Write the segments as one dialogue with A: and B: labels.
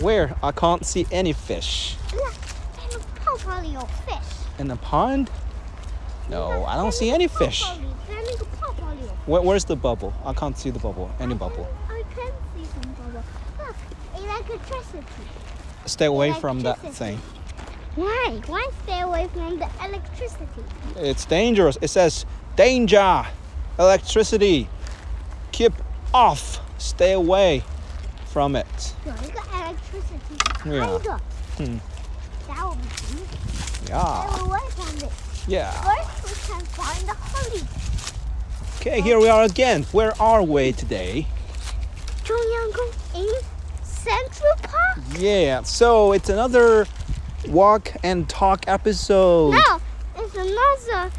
A: where I can't see any fish.
B: Look, in the pool party or fish.
A: In the pond? No, Oh, I don't see any fish.
B: Flaming pool party or
A: Where, where's the bubble? I can't see the bubble. Any bubble.
B: I can see some bubble. Look, electricity.
A: Stay away from that thing.
B: Why? Why stay away from the electricity?
A: It's dangerous. It says danger, electricity. Keep off. Stay away from it.
B: 有一个 electricity，
A: 对啊
B: 还有一个，
A: 嗯，
B: 打我们行李。I
A: Yeah.
B: will work on it.
A: Yeah.
B: First, we can find the holy
A: Okay, here we are again. Where are we today?
B: 中央公园 Central Park.
A: Yeah. So it's another walk and talk episode.
B: No, Oh, it's another,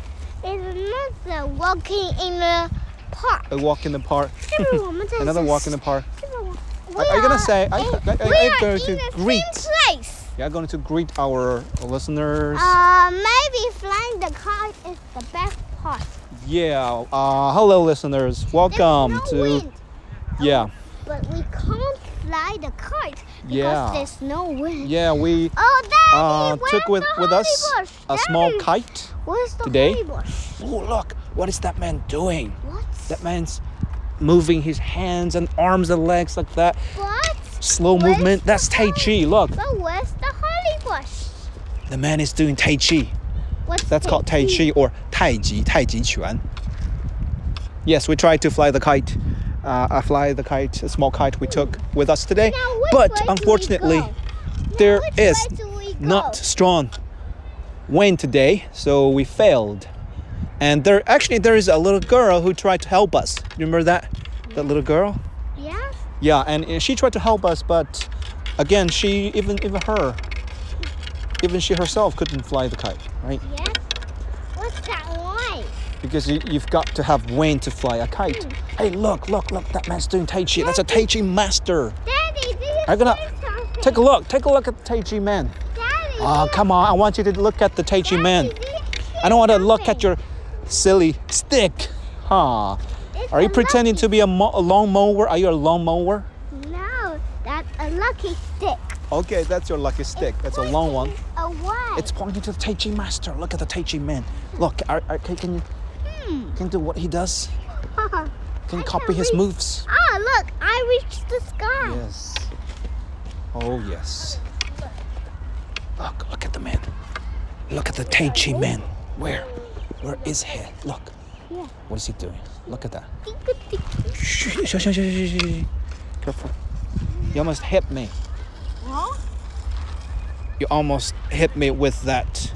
B: it's another walking in the park.
A: A walk in the park.
B: 这是 我们在
A: Oh. Another walk in the park.
B: 这个我
A: Are- are you gonna say- are you-
B: we
A: are- are
B: we are
A: you going
B: in
A: to
B: the same
A: greet?
B: place.
A: Yeah, going to greet our listeners.
B: Uh, maybe flying the kite is the best part.
A: yeah. Uh, hello, listeners.
B: There's
A: Welcome
B: no
A: to.
B: wind,
A: Yeah.
B: but we can't fly the kite because
A: Yeah.
B: there's no wind.
A: Yeah. We
B: Oh, Daddy,
A: uh,
B: where's
A: took with
B: the
A: with
B: holly
A: us
B: bush?
A: a small
B: Daddy,
A: kite.
B: Where's the
A: today.
B: holly bush?
A: Oh, look! What is that man doing?
B: What?
A: That man's moving his hands and arms and legs like that.
B: What?
A: Slow
B: Where's
A: movement. That's Tai Chi. Look,
B: But where's the holly bush?
A: the man is doing Tai Chi.
B: What's
A: That's
B: it?
A: called Tai Chi or Tai Chi, Tai Chi Quan. Yes, we tried to fly the kite. Uh, I fly the kite, a small kite we took with us today.
B: Now, which
A: But
B: way do we
A: unfortunately,
B: go?
A: there
B: which
A: is
B: way do we
A: not
B: go?
A: strong wind today, so we failed. And there actually there is a little girl who tried to help us. Remember that? That little girl?
B: Yeah.
A: Yeah, and uh, she tried to help us, but again, she even even her, even she herself couldn't fly the kite, right?
B: Yes. What's that like?
A: Because you, you've got to have wind to fly a kite. Hey, look, look, look! That man's doing tai chi. That's a tai chi master.
B: Daddy, do you
A: I'm gonna
B: see something?
A: Take a look. Take a look at the tai chi man.
B: Daddy,
A: Ah,
B: do you-
A: come on! I want you to look at the tai chi
B: Daddy,
A: man.
B: do you see
A: I don't want to look
B: something?
A: at your silly stick, huh?
B: It's
A: Are you
B: a
A: pretending to be a, mo- a lawn mower? Are you a lawn mower?
B: lucky- No, that's a lucky stick.
A: Okay, that's your lucky stick. That's a
B: What
A: long one.
B: is A what?
A: It's pointing to the Tai Chi master. Look at the Tai Chi man. Look, I, I, can can you
B: Hmm.
A: can you do what he does?
B: Ah,
A: Can you
B: I
A: copy
B: can't
A: his
B: read.
A: moves?
B: look, I reached the sky.
A: Yes. Oh yes. Look, look at the man. Look at the Tai Chi man. Where? Where is he? Look.
B: Yeah.
A: What is he doing? Look at that.
B: Tick-a-tick.
A: Shh, shh, shh, shh, shh, shh, shh. Careful. You almost hit me.
B: Huh?
A: You almost hit me with that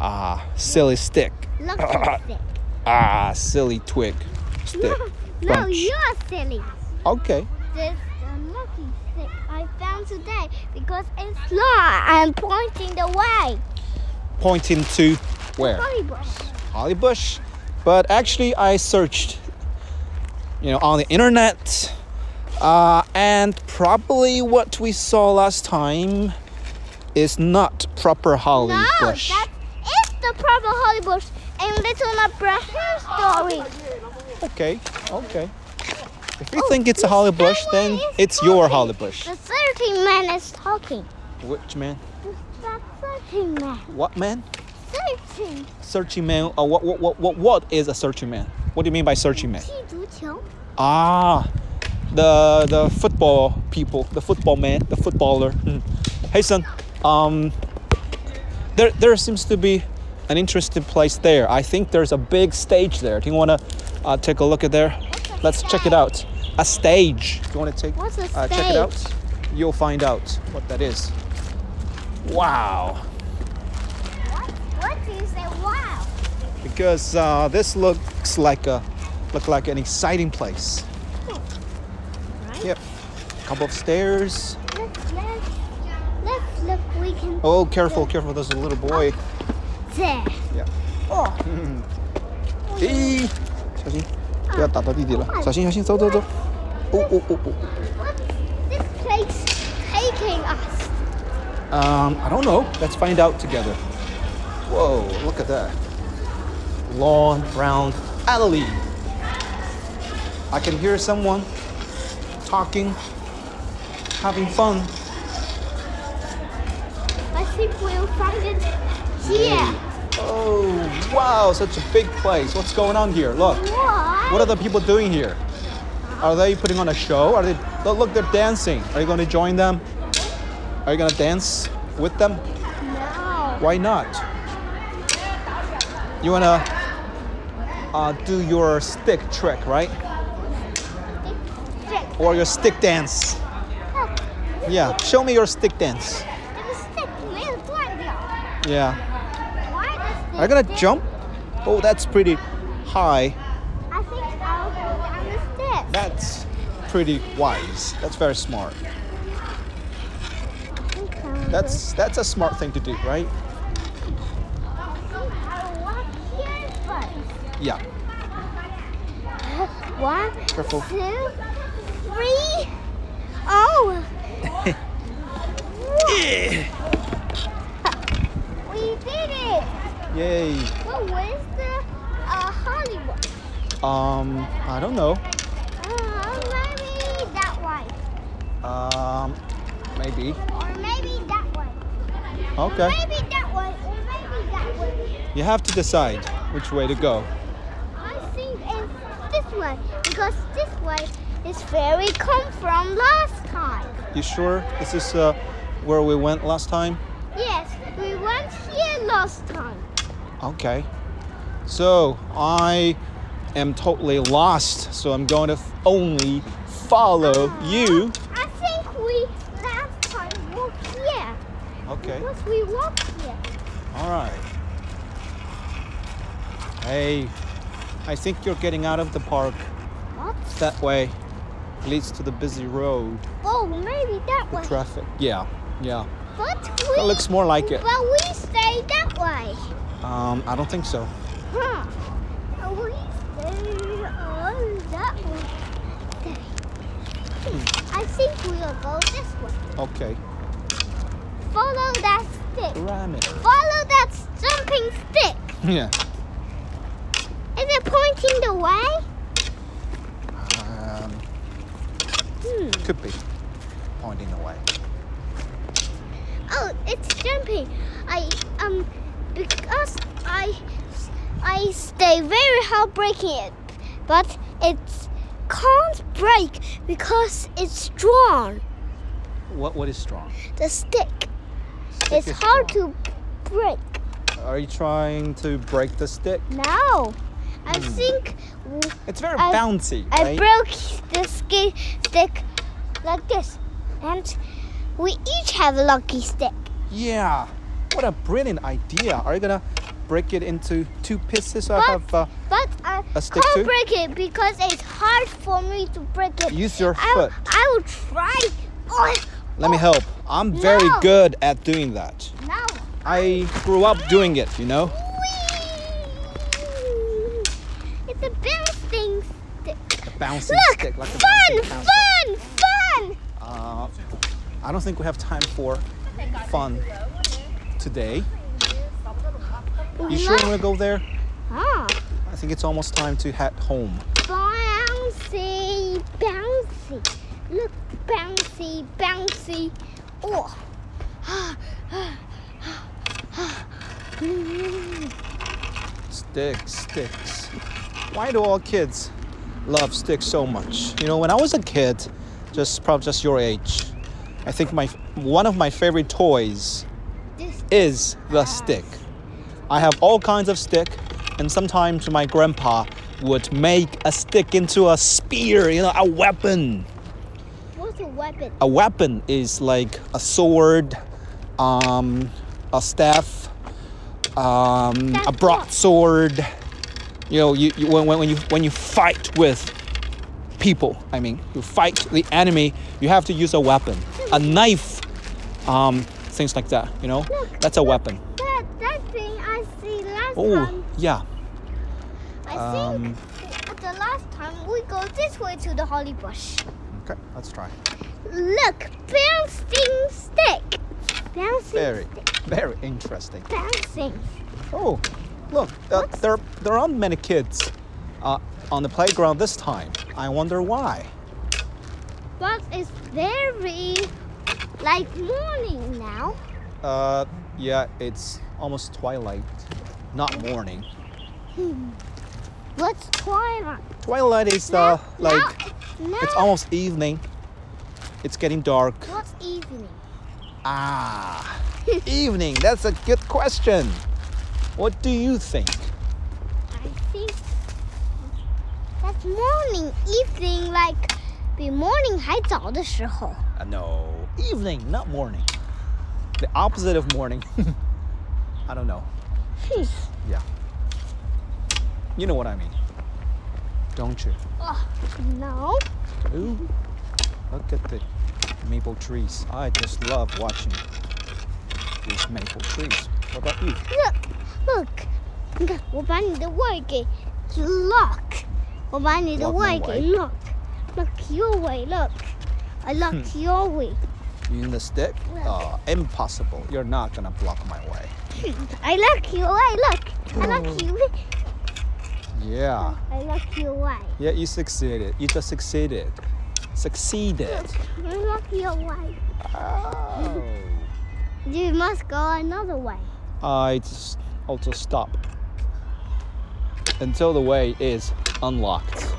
A: ah silly stick.
B: Lucky stick.
A: Ah, silly twig. Stick.
B: No,
A: Bunch.
B: you're silly.
A: Okay.
B: This lucky stick I found today because it's long and pointing the way.
A: Pointing to where?
B: Holly bush.
A: Holly Bush. But actually, I searched, you know, on the internet, uh, and probably what we saw last time is not proper Holly
B: No,
A: Bush.
B: that is the proper holly bush in Little Abraham story.
A: Okay. Okay. If you think it's a Holly Bush, then it's your Holly Bush.
B: The 13 man is talking.
A: Which man?
B: The 13 man.
A: What man?
B: 13.
A: Searching man. Uh, what, what, what, what, what is a searching man? What do you mean by searching man?
B: 踢足球。
A: Ah, the the football people, the football man, the footballer. Hmm. Hey son, um, there there seems to be an interesting place there. I think there's a big stage there. Do you wanna uh, take a look at there? Let's check it out. A stage. Do you wanna take
B: What's a
A: uh, check it out?
B: stage?
A: You'll find out what that is. Wow.
B: What? What do you say? Wow.
A: Because uh, this looks like a look like an exciting place.
B: Right?
A: Yep. Couple of stairs.
B: Let's, let's, let's look. We can.
A: Oh, careful, careful. There's a little boy.
B: There.
A: Yeah.
B: Oh.
A: 咦，小心，不要打到弟弟了。小心，小心，走走走。哦哦哦哦。
B: What? This place taking us.
A: Um, I don't know. Let's find out together. Whoa, look at that. Long, round alley. I can hear someone talking, having fun.
B: think we'll find it here.
A: Oh, wow, such a big place. What's going on here? Look,
B: What?
A: what are the people doing here? Are they putting on a show? Are they? Look, look, they're dancing. Are you going to join them? Are you going to dance with them?
B: No.
A: Why not? You wanna uh, do your stick trick, right?
B: Stick.
A: Or your stick dance?
B: Look,
A: Yeah. Show me your stick dance.
B: the stick 没有断掉.
A: Yeah.
B: Why does
A: Are you
B: this
A: gonna
B: stick-
A: jump? Oh, that's pretty high.
B: I think I'll go down the stairs.
A: That's pretty wise. That's very smart.
B: I think I'll go-
A: That's that's a smart thing to do, right?
B: I think I'll walk here first.
A: Yeah.
B: One,
A: Careful.
B: two, three. Oh. we did it.
A: Yay.
B: Well, where's the uh, Hollywood?
A: Um, I don't know.
B: Uh, maybe that way.
A: Um, maybe.
B: Or maybe that way.
A: Okay.
B: Or maybe that way. Or maybe that way.
A: You have to decide which way to go.
B: I think it's this way because this way is where we come from last time.
A: You sure this is uh, where we went last time?
B: Yes, we went here last time.
A: Okay. So I am totally lost. So I'm going to f- only follow you.
B: Uh-huh. I think we last time walked here.
A: Okay.
B: Because we walked here.
A: All right. Hey, I think you're getting out of the park.
B: What?
A: That way leads to the busy road,
B: Oh, maybe that
A: the
B: way.
A: traffic. Yeah, yeah.
B: But we.
A: That looks more like it.
B: But we stay that way.
A: Um, I don't think so.
B: Huh. We stay on that way. I think we'll go this way.
A: Okay.
B: Follow that stick.
A: Parameter.
B: Follow that jumping stick.
A: Yeah.
B: Is it pointing the way?
A: Um,
B: Hmm.
A: could be pointing the way.
B: Oh, it's jumping. I um because I I stay very hard breaking it, but it can't break because it's strong.
A: What what is strong?
B: The stick.
A: Stick
B: It's
A: is
B: hard
A: strong.
B: to break.
A: Are you trying to break the stick?
B: No, I
A: Hmm.
B: think w-
A: It's very
B: I-
A: bouncy,
B: I
A: right?
B: broke the ski stick like this, and we each have a lucky stick.
A: yeah. What a brilliant idea. Are you gonna break it into two pieces? I
B: But-
A: have. Uh,
B: But I
A: A stick
B: can't
A: too?
B: break it because it's hard for me to break it.
A: Use your
B: I,
A: foot.
B: I will try. Oh,
A: let me
B: oh,
A: help. I'm very
B: No.
A: good at doing that.
B: No.
A: I grew up doing it, you know.
B: Whee! It's a bouncing stick.
A: A bouncing
B: Look,
A: stick, like a
B: fun,
A: bouncing bouncer.
B: fun, fun.
A: Uh, I don't think we have time for fun today. You sure you
B: Look,
A: wanna go there?
B: ah,
A: I think it's almost time to head home.
B: bouncy, bouncy. Look, bouncy, bouncy. Oh.
A: Sticks, sticks. Why do all kids love sticks so much? You know, when I was a kid, just probably just your age, I think my one of my favorite toys
B: This
A: is the stick. I have all kinds of stick, and sometimes my grandpa would make a stick into a spear, you know, a weapon.
B: was a weapon.
A: A weapon is like a sword, um, a staff, um,
B: That's
A: a
B: what-
A: broadsword. You know, you, you when, when when you when you fight with people, I mean, you fight the enemy, you have to use a weapon, a knife, um, things like that. You know,
B: Look,
A: that's a
B: look,
A: weapon.
B: That, that thing I see last
A: Oh, um,
B: time.
A: yeah.
B: I think at the last time we go this way to the holly bush.
A: Okay, let's try.
B: Look, bouncing stick. Bouncing
A: Very,
B: stick.
A: very interesting.
B: Bouncing.
A: Oh, look, uh, there there aren't many kids uh, on the playground this time. I wonder why.
B: But it's very like morning now.
A: Uh, yeah, it's almost twilight, not morning.
B: What's twilight?
A: Twilight is uh,
B: Now-
A: like
B: now, now
A: it's almost evening. It's getting dark.
B: what's evening?
A: Ah, evening. That's a good question. What do you think?
B: I think that's morning, evening, like 比 morning 还早的时候。
A: Uh, no, evening, not morning. The opposite of morning. I don't know.
B: Hmm.
A: Yeah. You know what I mean, don't you?
B: Oh, no.
A: Ooh, look at the maple trees. I just love watching these maple trees. What about you?
B: Look, look. 你看，我把你的 word 给 lock，我把你的
A: Lock my
B: word 给
A: way.
B: lock。Look your way, look. I
A: Hmm.
B: locked your way.
A: You in the stick? Uh, impossible. You're not gonna block my way.
B: I lock your way, look. I
A: Hmm.
B: lock your way.
A: Yeah.
B: I lock your way.
A: Yeah, you succeeded. You just succeeded. Succeeded.
B: I lock your way.
A: Oh.
B: You must go another way.
A: I just also stop until the way is unlocked.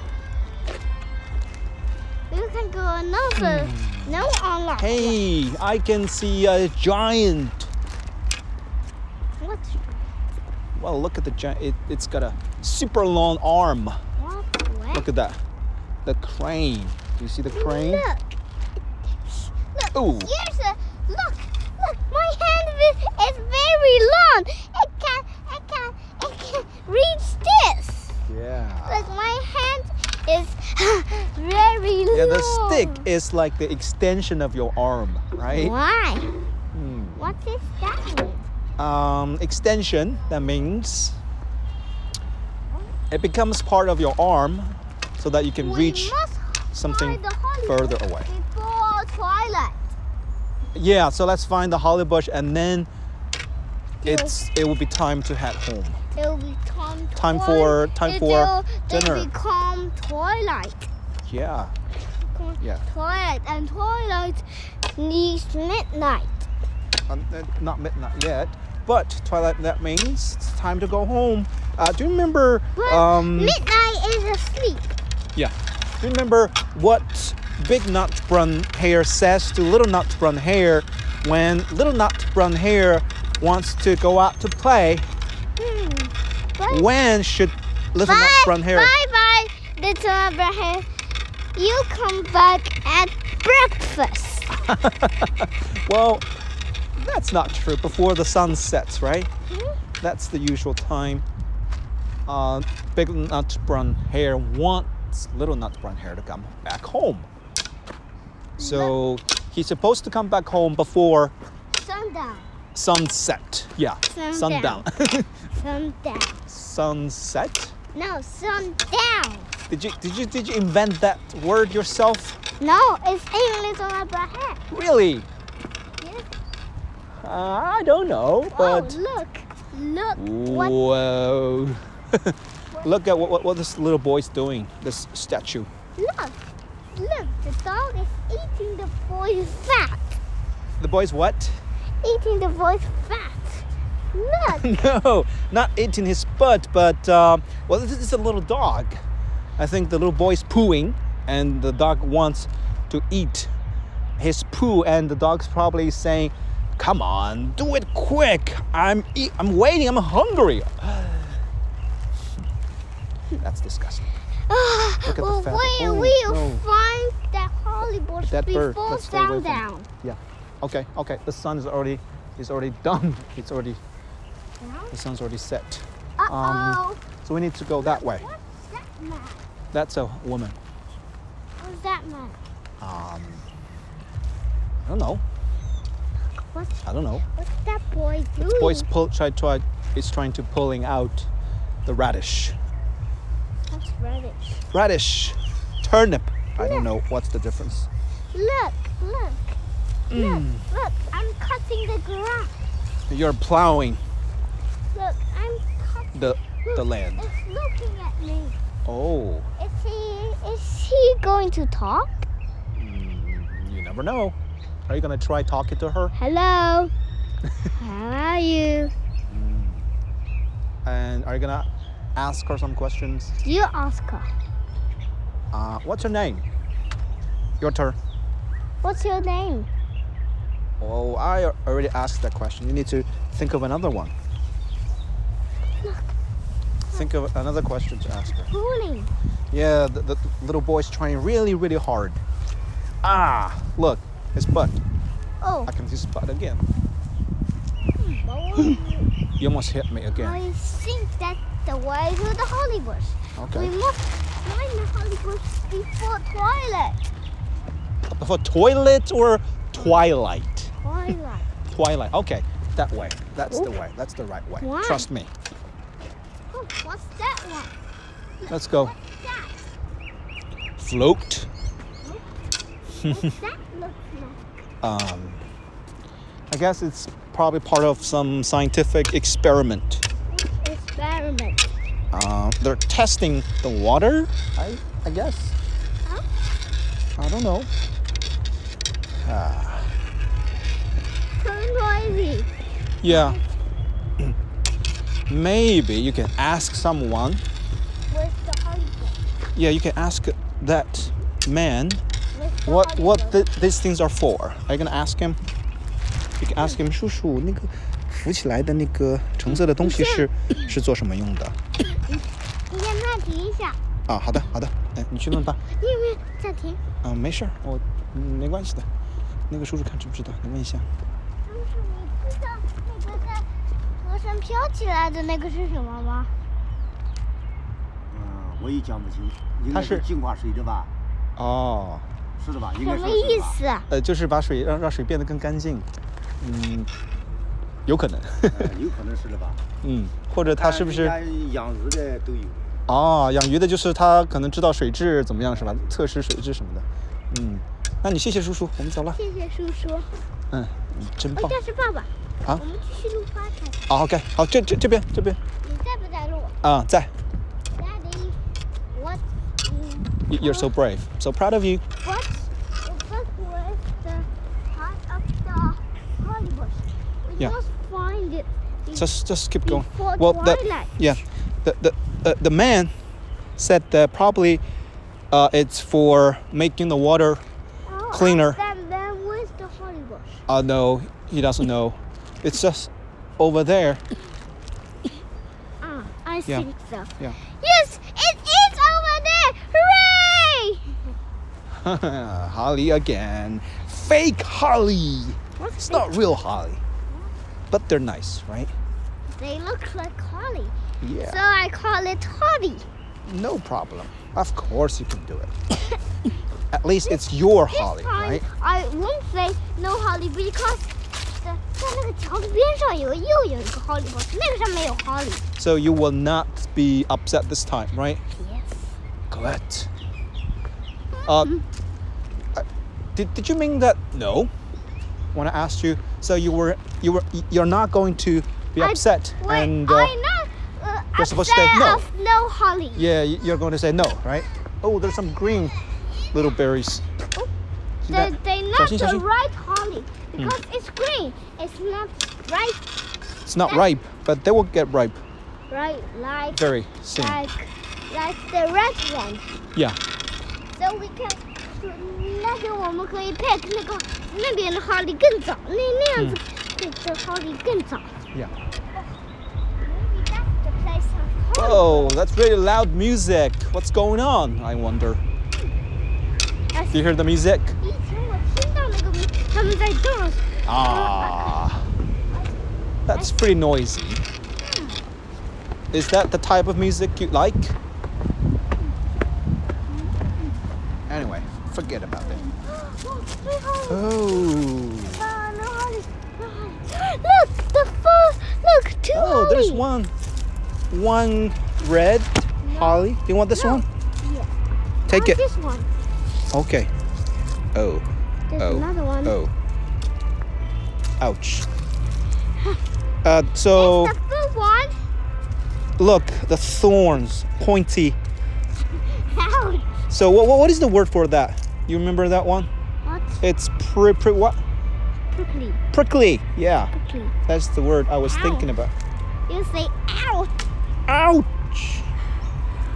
B: You can go another. No unlock.
A: Hmm. Hey, I can see a giant.
B: What?
A: Well, look at the giant. It, it's got a super long arm.
B: What way?
A: Look at that. The crane. Do you see the crane?
B: Look. Look.
A: Ooh.
B: Here's a look. Look, my hand is, is very long. It can it can it can reach this.
A: Yeah.
B: Look, my hand is very long.
A: Yeah, the stick is like the extension of your arm, right?
B: Why?
A: Hmm.
B: What is that? mean?
A: um, extension. That means it becomes part of your arm so that you can reach.
B: we must
A: something
B: find the holly
A: further
B: bush
A: away.
B: Before twilight.
A: Yeah, so let's find the holly bush and then
B: Yes.
A: it's it will be time to head home.
B: It will be time.
A: Time for- time
B: it
A: for
B: will-
A: dinner.
B: It become twilight.
A: Yeah.
B: Become
A: Yeah.
B: Twilight and twilight needs midnight.
A: Um, uh, not midnight yet, but twilight that means it's time to go home. Uh, do you remember
B: Well,
A: um
B: midnight is asleep.
A: yeah. Do you remember what Big Nut Brun Hair says to Little Nut Brun Hair when Little Nut Brun Hair wants to go out to play?
B: Hmm. But
A: When should Little Nut
B: bye,
A: Brun Hair?
B: bye bye, little Abraham. You come back at breakfast.
A: well, that's not true. Before the sun sets, right?
B: Hmm?
A: That's the usual time. Uh, Big Nut Brown Hair wants Little Nut Brown Hair to come back home. So he's supposed to come back home before
B: Sundown.
A: sunset. Yeah,
B: Sundown. Sundown.
A: sunset.
B: No, sundown.
A: Did you did you did you invent that word yourself?
B: No, it's in little Abraham.
A: Really?
B: Yes.
A: Uh, I don't know, but
B: oh, look. Look what
A: Whoa. Look at what, what, what this little boy's doing, this statue.
B: look. Look, the dog is eating the boy's fat.
A: The boy's what?
B: Eating the boy's fat. Look.
A: no, not eating his butt, but, um, well, this is a little dog. I think the little boy's pooing, and the dog wants to eat his poo, and the dog's probably saying, Come on, do it quick. I'm, eat- I'm waiting, I'm hungry. That's disgusting.
B: Look
A: at the fat.
B: We
A: Oh,
B: will
A: no.
B: find that holly bush
A: that bird.
B: before
A: Let's stay away from
B: sundown.
A: It. Yeah. Okay. Okay. The sun is already is already done. It's already the sun's already set.
B: Uh
A: Um,
B: oh.
A: So we need to go that way.
B: What's that man?
A: That's a woman.
B: What's that man?
A: Um. I don't know.
B: What's
A: I don't know.
B: what's that boy doing?
A: Boy's pull. Try. Try. Is trying to pulling out the radish.
B: That's radish.
A: Radish. Turnip. I don't know what's the difference.
B: Look, look, look, look. I'm cutting the grass.
A: You're plowing
B: Look, I'm cutting.
A: the the land.
B: It's looking at me.
A: Oh.
B: Is he is he going to talk?
A: mm, You never know. Are you gonna try talking to her?
B: Hello. How are you?
A: And are you gonna ask her some questions?
B: You ask her.
A: Uh, what's your name? Your turn.
B: What's your name?
A: Oh, I already asked that question. You need to think of another one. Think of another question to ask her.
B: Morning.
A: Yeah, the, the little boy's trying really, really hard. Ah, look, his butt.
B: Oh.
A: I can see his butt again.
B: I
A: You almost hit me again.
B: think that's the way to the Hollywood. We
A: Okay.
B: must find the Hollywood before twilight.
A: For toilet or twilight?
B: Twilight.
A: Twilight. Okay, that way. That's the way. That's the right way.
B: Why?
A: Trust me.
B: oh, what's that one?
A: Let's go.
B: What's that?
A: Float.
B: What's that look like?
A: Um, I guess it's probably part of some scientific experiment.
B: Experiment.
A: Uh, they're testing the water. I, I guess.
B: Huh?
A: I don't know.
B: Turn noisy.
A: Yeah. Maybe you can ask someone.
B: Where's the Hollywood?
A: Yeah, you can ask that man
B: Where's the
A: what what
B: Hollywood?
A: th these things are for. Are you gonna ask him? You can ask him. 叔叔，那个浮起来的那个橙色的东西是是做什么用的？
B: 你先暂停一下，
A: 啊，好的，好的，哎，你去问吧。
B: 你有没有暂停？
A: 啊，没事儿，我嗯没关系的。那个叔叔看知不知道？你问一下。
B: 叔叔，你知道那个在河上飘起来的那个是什么吗？
C: 嗯，我也讲不清，应
A: 它
C: 该
A: 是
C: 是净化水的吧？
A: 哦，
C: 是的吧？应该
B: 什
C: 是
B: 么
C: 是的
B: 意
C: 吧？
B: 思？
A: 呃，就是把水让让水变得更干净。嗯，有可能。
C: 呃有可能是的吧？
A: 嗯，或者他是不是？
C: 但人家养鱼的都有，
A: 哦，养鱼的就是他可能知道水质怎么样是吧？测试水质什么的。嗯，那你谢谢叔叔，我们走了。
B: 谢谢叔叔。
A: 嗯，你真
B: 哦
A: 棒，。
B: 这是爸爸。
A: 啊
B: 我们继续录 podcast。
A: 好、o k 好，这这这边这边
B: 你在不在录
A: 啊、在。
B: ？Daddy, what, mm,
A: You- You're so brave, so proud of you.
B: what, what was the part of the Hollywood? We
A: Yeah.
B: must find it.
A: Just just keep going.
B: Before
A: the
B: twilight.
A: yeah, the the uh, the man said that probably uh, it's for making the water.
B: Oh,
A: cleaner.
B: Then, then where's the Hollywood?
A: Uh, no, he doesn't know. It's just over there.
B: Ah, I
A: Yeah.
B: think so.
A: Yeah.
B: Yes, it is over there! Hooray!
A: Holly again. Fake Holly.
B: What's
A: It's not real Holly. But they're nice, right?
B: They look like Holly.
A: Yeah.
B: So I call it Holly.
A: No problem. Of course you can do it. At least it's your
B: This
A: Holly,
B: time
A: right?
B: I won't say no Holly because 在在那个桥的边上有又有一个 Holly，我那个上面有 Holly。
A: So you will not be upset this time, right?
B: Yes.
A: Correct. Uh,
B: Mm-hmm.
A: I- did, did you mean that? No. When I asked you, so you were you were you're not going to be
B: I-
A: upset
B: Wait,
A: and uh,
B: I'm not uh,
A: you're
B: upset
A: supposed to say no.
B: of no Holly.
A: yeah, y- you're going to say no, right? Oh, there's some green little berries.
B: Oh,
A: See
B: They
A: that? Hmm.
B: they
A: 小
B: not
A: 心小
B: the
A: 心
B: right Holly because it's green. It's not right
A: It's not ripe, but they will get ripe
B: right like
A: very soon.
B: like like the red one.
A: Yeah.
B: So we can 那天我们可以 pick 那个那边的 Holly 更早，那那样子 pick 的 Holly 更早。
A: Yeah.
B: Maybe that's the place of Holly.
A: Oh, that's really loud music. What's going on? I wonder.
B: I
A: Do you hear the music?
B: 以前我听到那个名他们在 dance，
A: Ah, that's pretty noisy. Is that the type of music you like? Anyway, forget about it.
B: 哦最后
A: Oh,
B: 啊，那 Holly，那 Holly。Look the first, look two
A: oh,
B: Holly.
A: there's one, one red holly. Do you want this
B: No.
A: one?
B: Yeah.
A: Take
B: Oh,
A: it.
B: This one.
A: Okay. Oh,
B: There's
A: oh,
B: another one.
A: oh. Ouch. Uh, so
B: The third one.
A: look, the thorns, pointy.
B: Ouch.
A: So what, what, what is the word for that? You remember that one?
B: What?
A: It's pre, pre what?
B: prickly,
A: Prickly. Yeah,
B: prickly.
A: that's the word I was
B: Ow.
A: thinking about.
B: You say ow.
A: Ouch!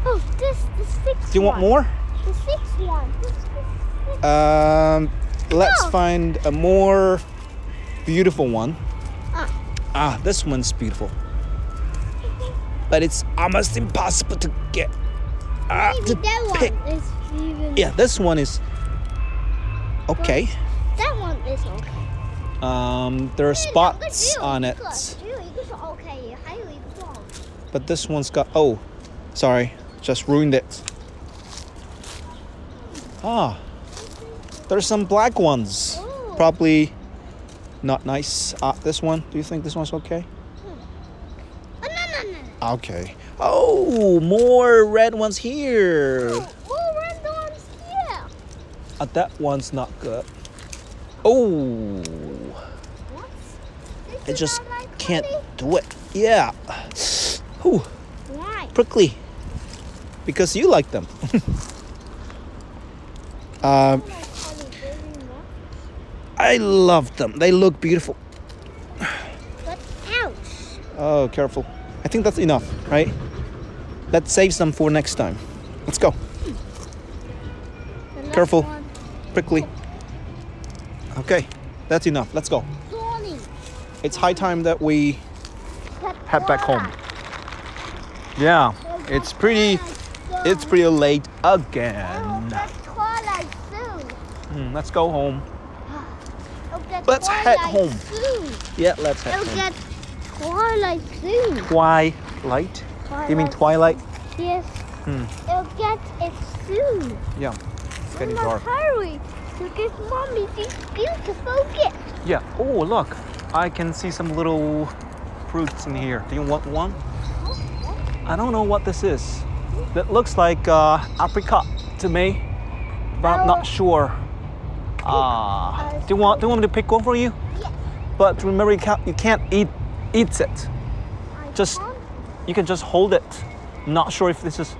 B: Oh, this the sixth.
A: Do you want
B: one.
A: more?
B: The sixth one. This is the sixth-
A: Um, let's
B: No.
A: find a more beautiful one.
B: Ah.
A: Ah, this one's beautiful. But it's almost impossible to get. Ah,
B: Maybe
A: to
B: that one
A: pick.
B: is even.
A: Yeah, this one is okay.
B: That one is okay.
A: Um, there are spots on it, but this one's got. Oh, sorry, just ruined it. Ah, there's some black ones.
B: Ooh.
A: Probably not nice. Ah, this one. Do you think this one's okay?
B: Oh, no, no, no, no.
A: Okay. Oh, more red ones here.
B: Oh, more random ones here.
A: Uh, that one's not good. Oh,
B: What?
A: I
B: This is
A: just
B: not like
A: can't
B: honey.
A: do it. Yeah. Ooh,
B: Why?
A: prickly. Because you like them. um,
B: Like honey, very much.
A: I love them. They look beautiful.
B: But ouch.
A: Oh, careful. I think that's enough, right? Let's save some for next time. Let's go.
B: The last
A: Careful.
B: one,
A: Prickly. Okay, that's enough. Let's go.
B: Thorny.
A: It's high time that we head back home.
B: Patara.
A: Yeah,
B: The
A: it's pretty.
B: Patara
A: It's
B: zone.
A: pretty late
B: Oh,
A: again.
B: the Twilight Zoo.
A: Mm, let's go home.
B: Oh, the
A: Let's head
B: Twilight
A: home.
B: Zoo.
A: Yeah, let's head
B: Oh,
A: home.
B: the Twilight Zoo.
A: Twilight. You mean twilight?
B: Yes.
A: Hmm.
B: It'll get it soon.
A: Yeah. It's getting
B: Mama,
A: dark.
B: Hurry to give mommy these beautiful gifts.
A: Yeah. Oh, look. I can see some little fruits in here. Do you want one? I don't know what this is. That looks like uh, apricot to me, but I'm
B: Oh.
A: not sure. Ah.
B: Uh,
A: do you want? Do you want me to pick one for you?
B: Yes.
A: But remember, you can't. You can't eat. Eat it.
B: I
A: Just-
B: want-
A: you can just hold it. Not sure if this is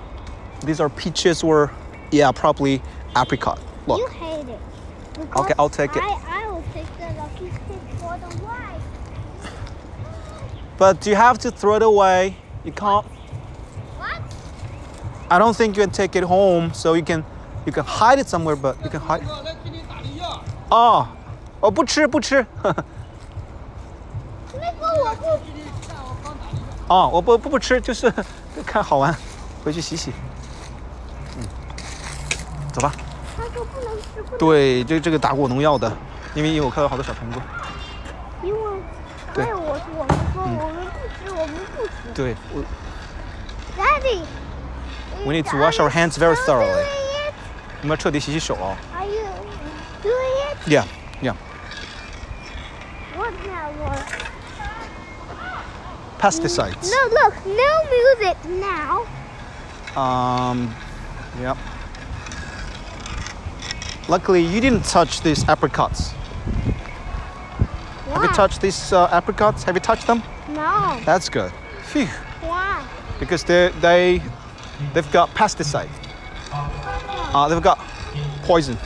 A: these are peaches or yeah, probably apricot.
B: You
A: Look.
B: hate it.
A: Okay, I'll take it.
B: I, I will take the lucky stick for the wife.
A: But you have to throw it away. You can't
B: What?
A: I don't think you can take it home, so you can you can hide it somewhere, but you can hide. Oh, 我不吃不吃。
B: 那个我不
A: 哦，我不不不吃，就是看好玩，回去洗洗。嗯，走吧。
B: 他说不能吃，不能
A: 对，这这个打过农药的，因为因为我看到好多小苹果。
B: 因为
A: 对
B: 还有我我们说
A: Hmm.
B: 我们不吃，我们不吃。
A: 对，我
B: Daddy.
A: We need to
B: are
A: wash our
B: you
A: hands very
B: still
A: thoroughly.
B: doing it?
A: 我们要彻底洗洗手啊。
B: Are you doing it?
A: Yeah, yeah.
B: What now? What?
A: Pesticides.
B: No, look, no music now.
A: Um, yep. Luckily, you didn't touch these apricots. Have
B: Why?
A: you touched these uh, apricots? Have you touched them?
B: No.
A: That's good. Phew.
B: Why?
A: Because they they they've got pesticide. Uh, they've got poison.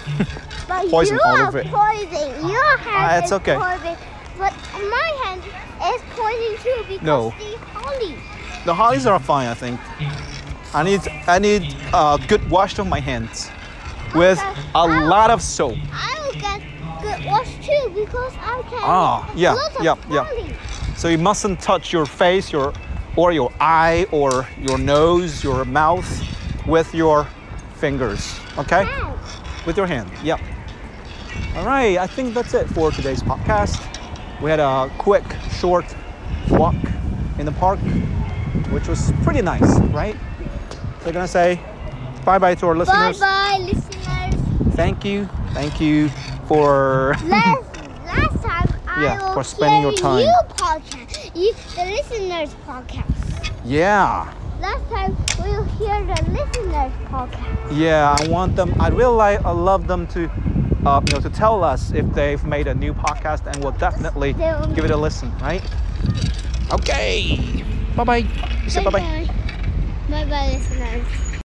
B: But
A: Poison
B: you
A: all
B: are
A: over it.
B: poison. Your hand
A: Ah, it's
B: is
A: okay.
B: poison, but my hand is poison too because
A: No.
B: the holly.
A: the hollies are fine, I think. I need I need a good wash of my hands with a
B: Okay.
A: lot of soap.
B: I will get good wash too because I can.
A: Ah,
B: eat a
A: yeah,
B: lot of
A: yeah, yeah.
B: holly.
A: So you mustn't touch your face, your or your eye, or your nose, your mouth with your fingers. Okay?
B: Ow.
A: With your hand. Yep. All right. I think that's it for today's podcast. We had a quick, short walk in the park, which was pretty nice, right? We're gonna say bye bye to our
B: Bye
A: listeners.
B: bye, listeners.
A: Thank you. Thank you for.
B: last last time I
A: Yeah,
B: will
A: for spending your
B: hear
A: time.
B: You podcast, you, the listeners podcast.
A: yeah.
B: Last time we'll hear the listeners podcast.
A: Yeah, I want them. I really like, I love them to, uh, you know, to tell us if they've made a new podcast, and we'll definitely
B: They'll-
A: give it a listen, right? Okay. Bye bye. You said bye bye.
B: Bye bye, listeners.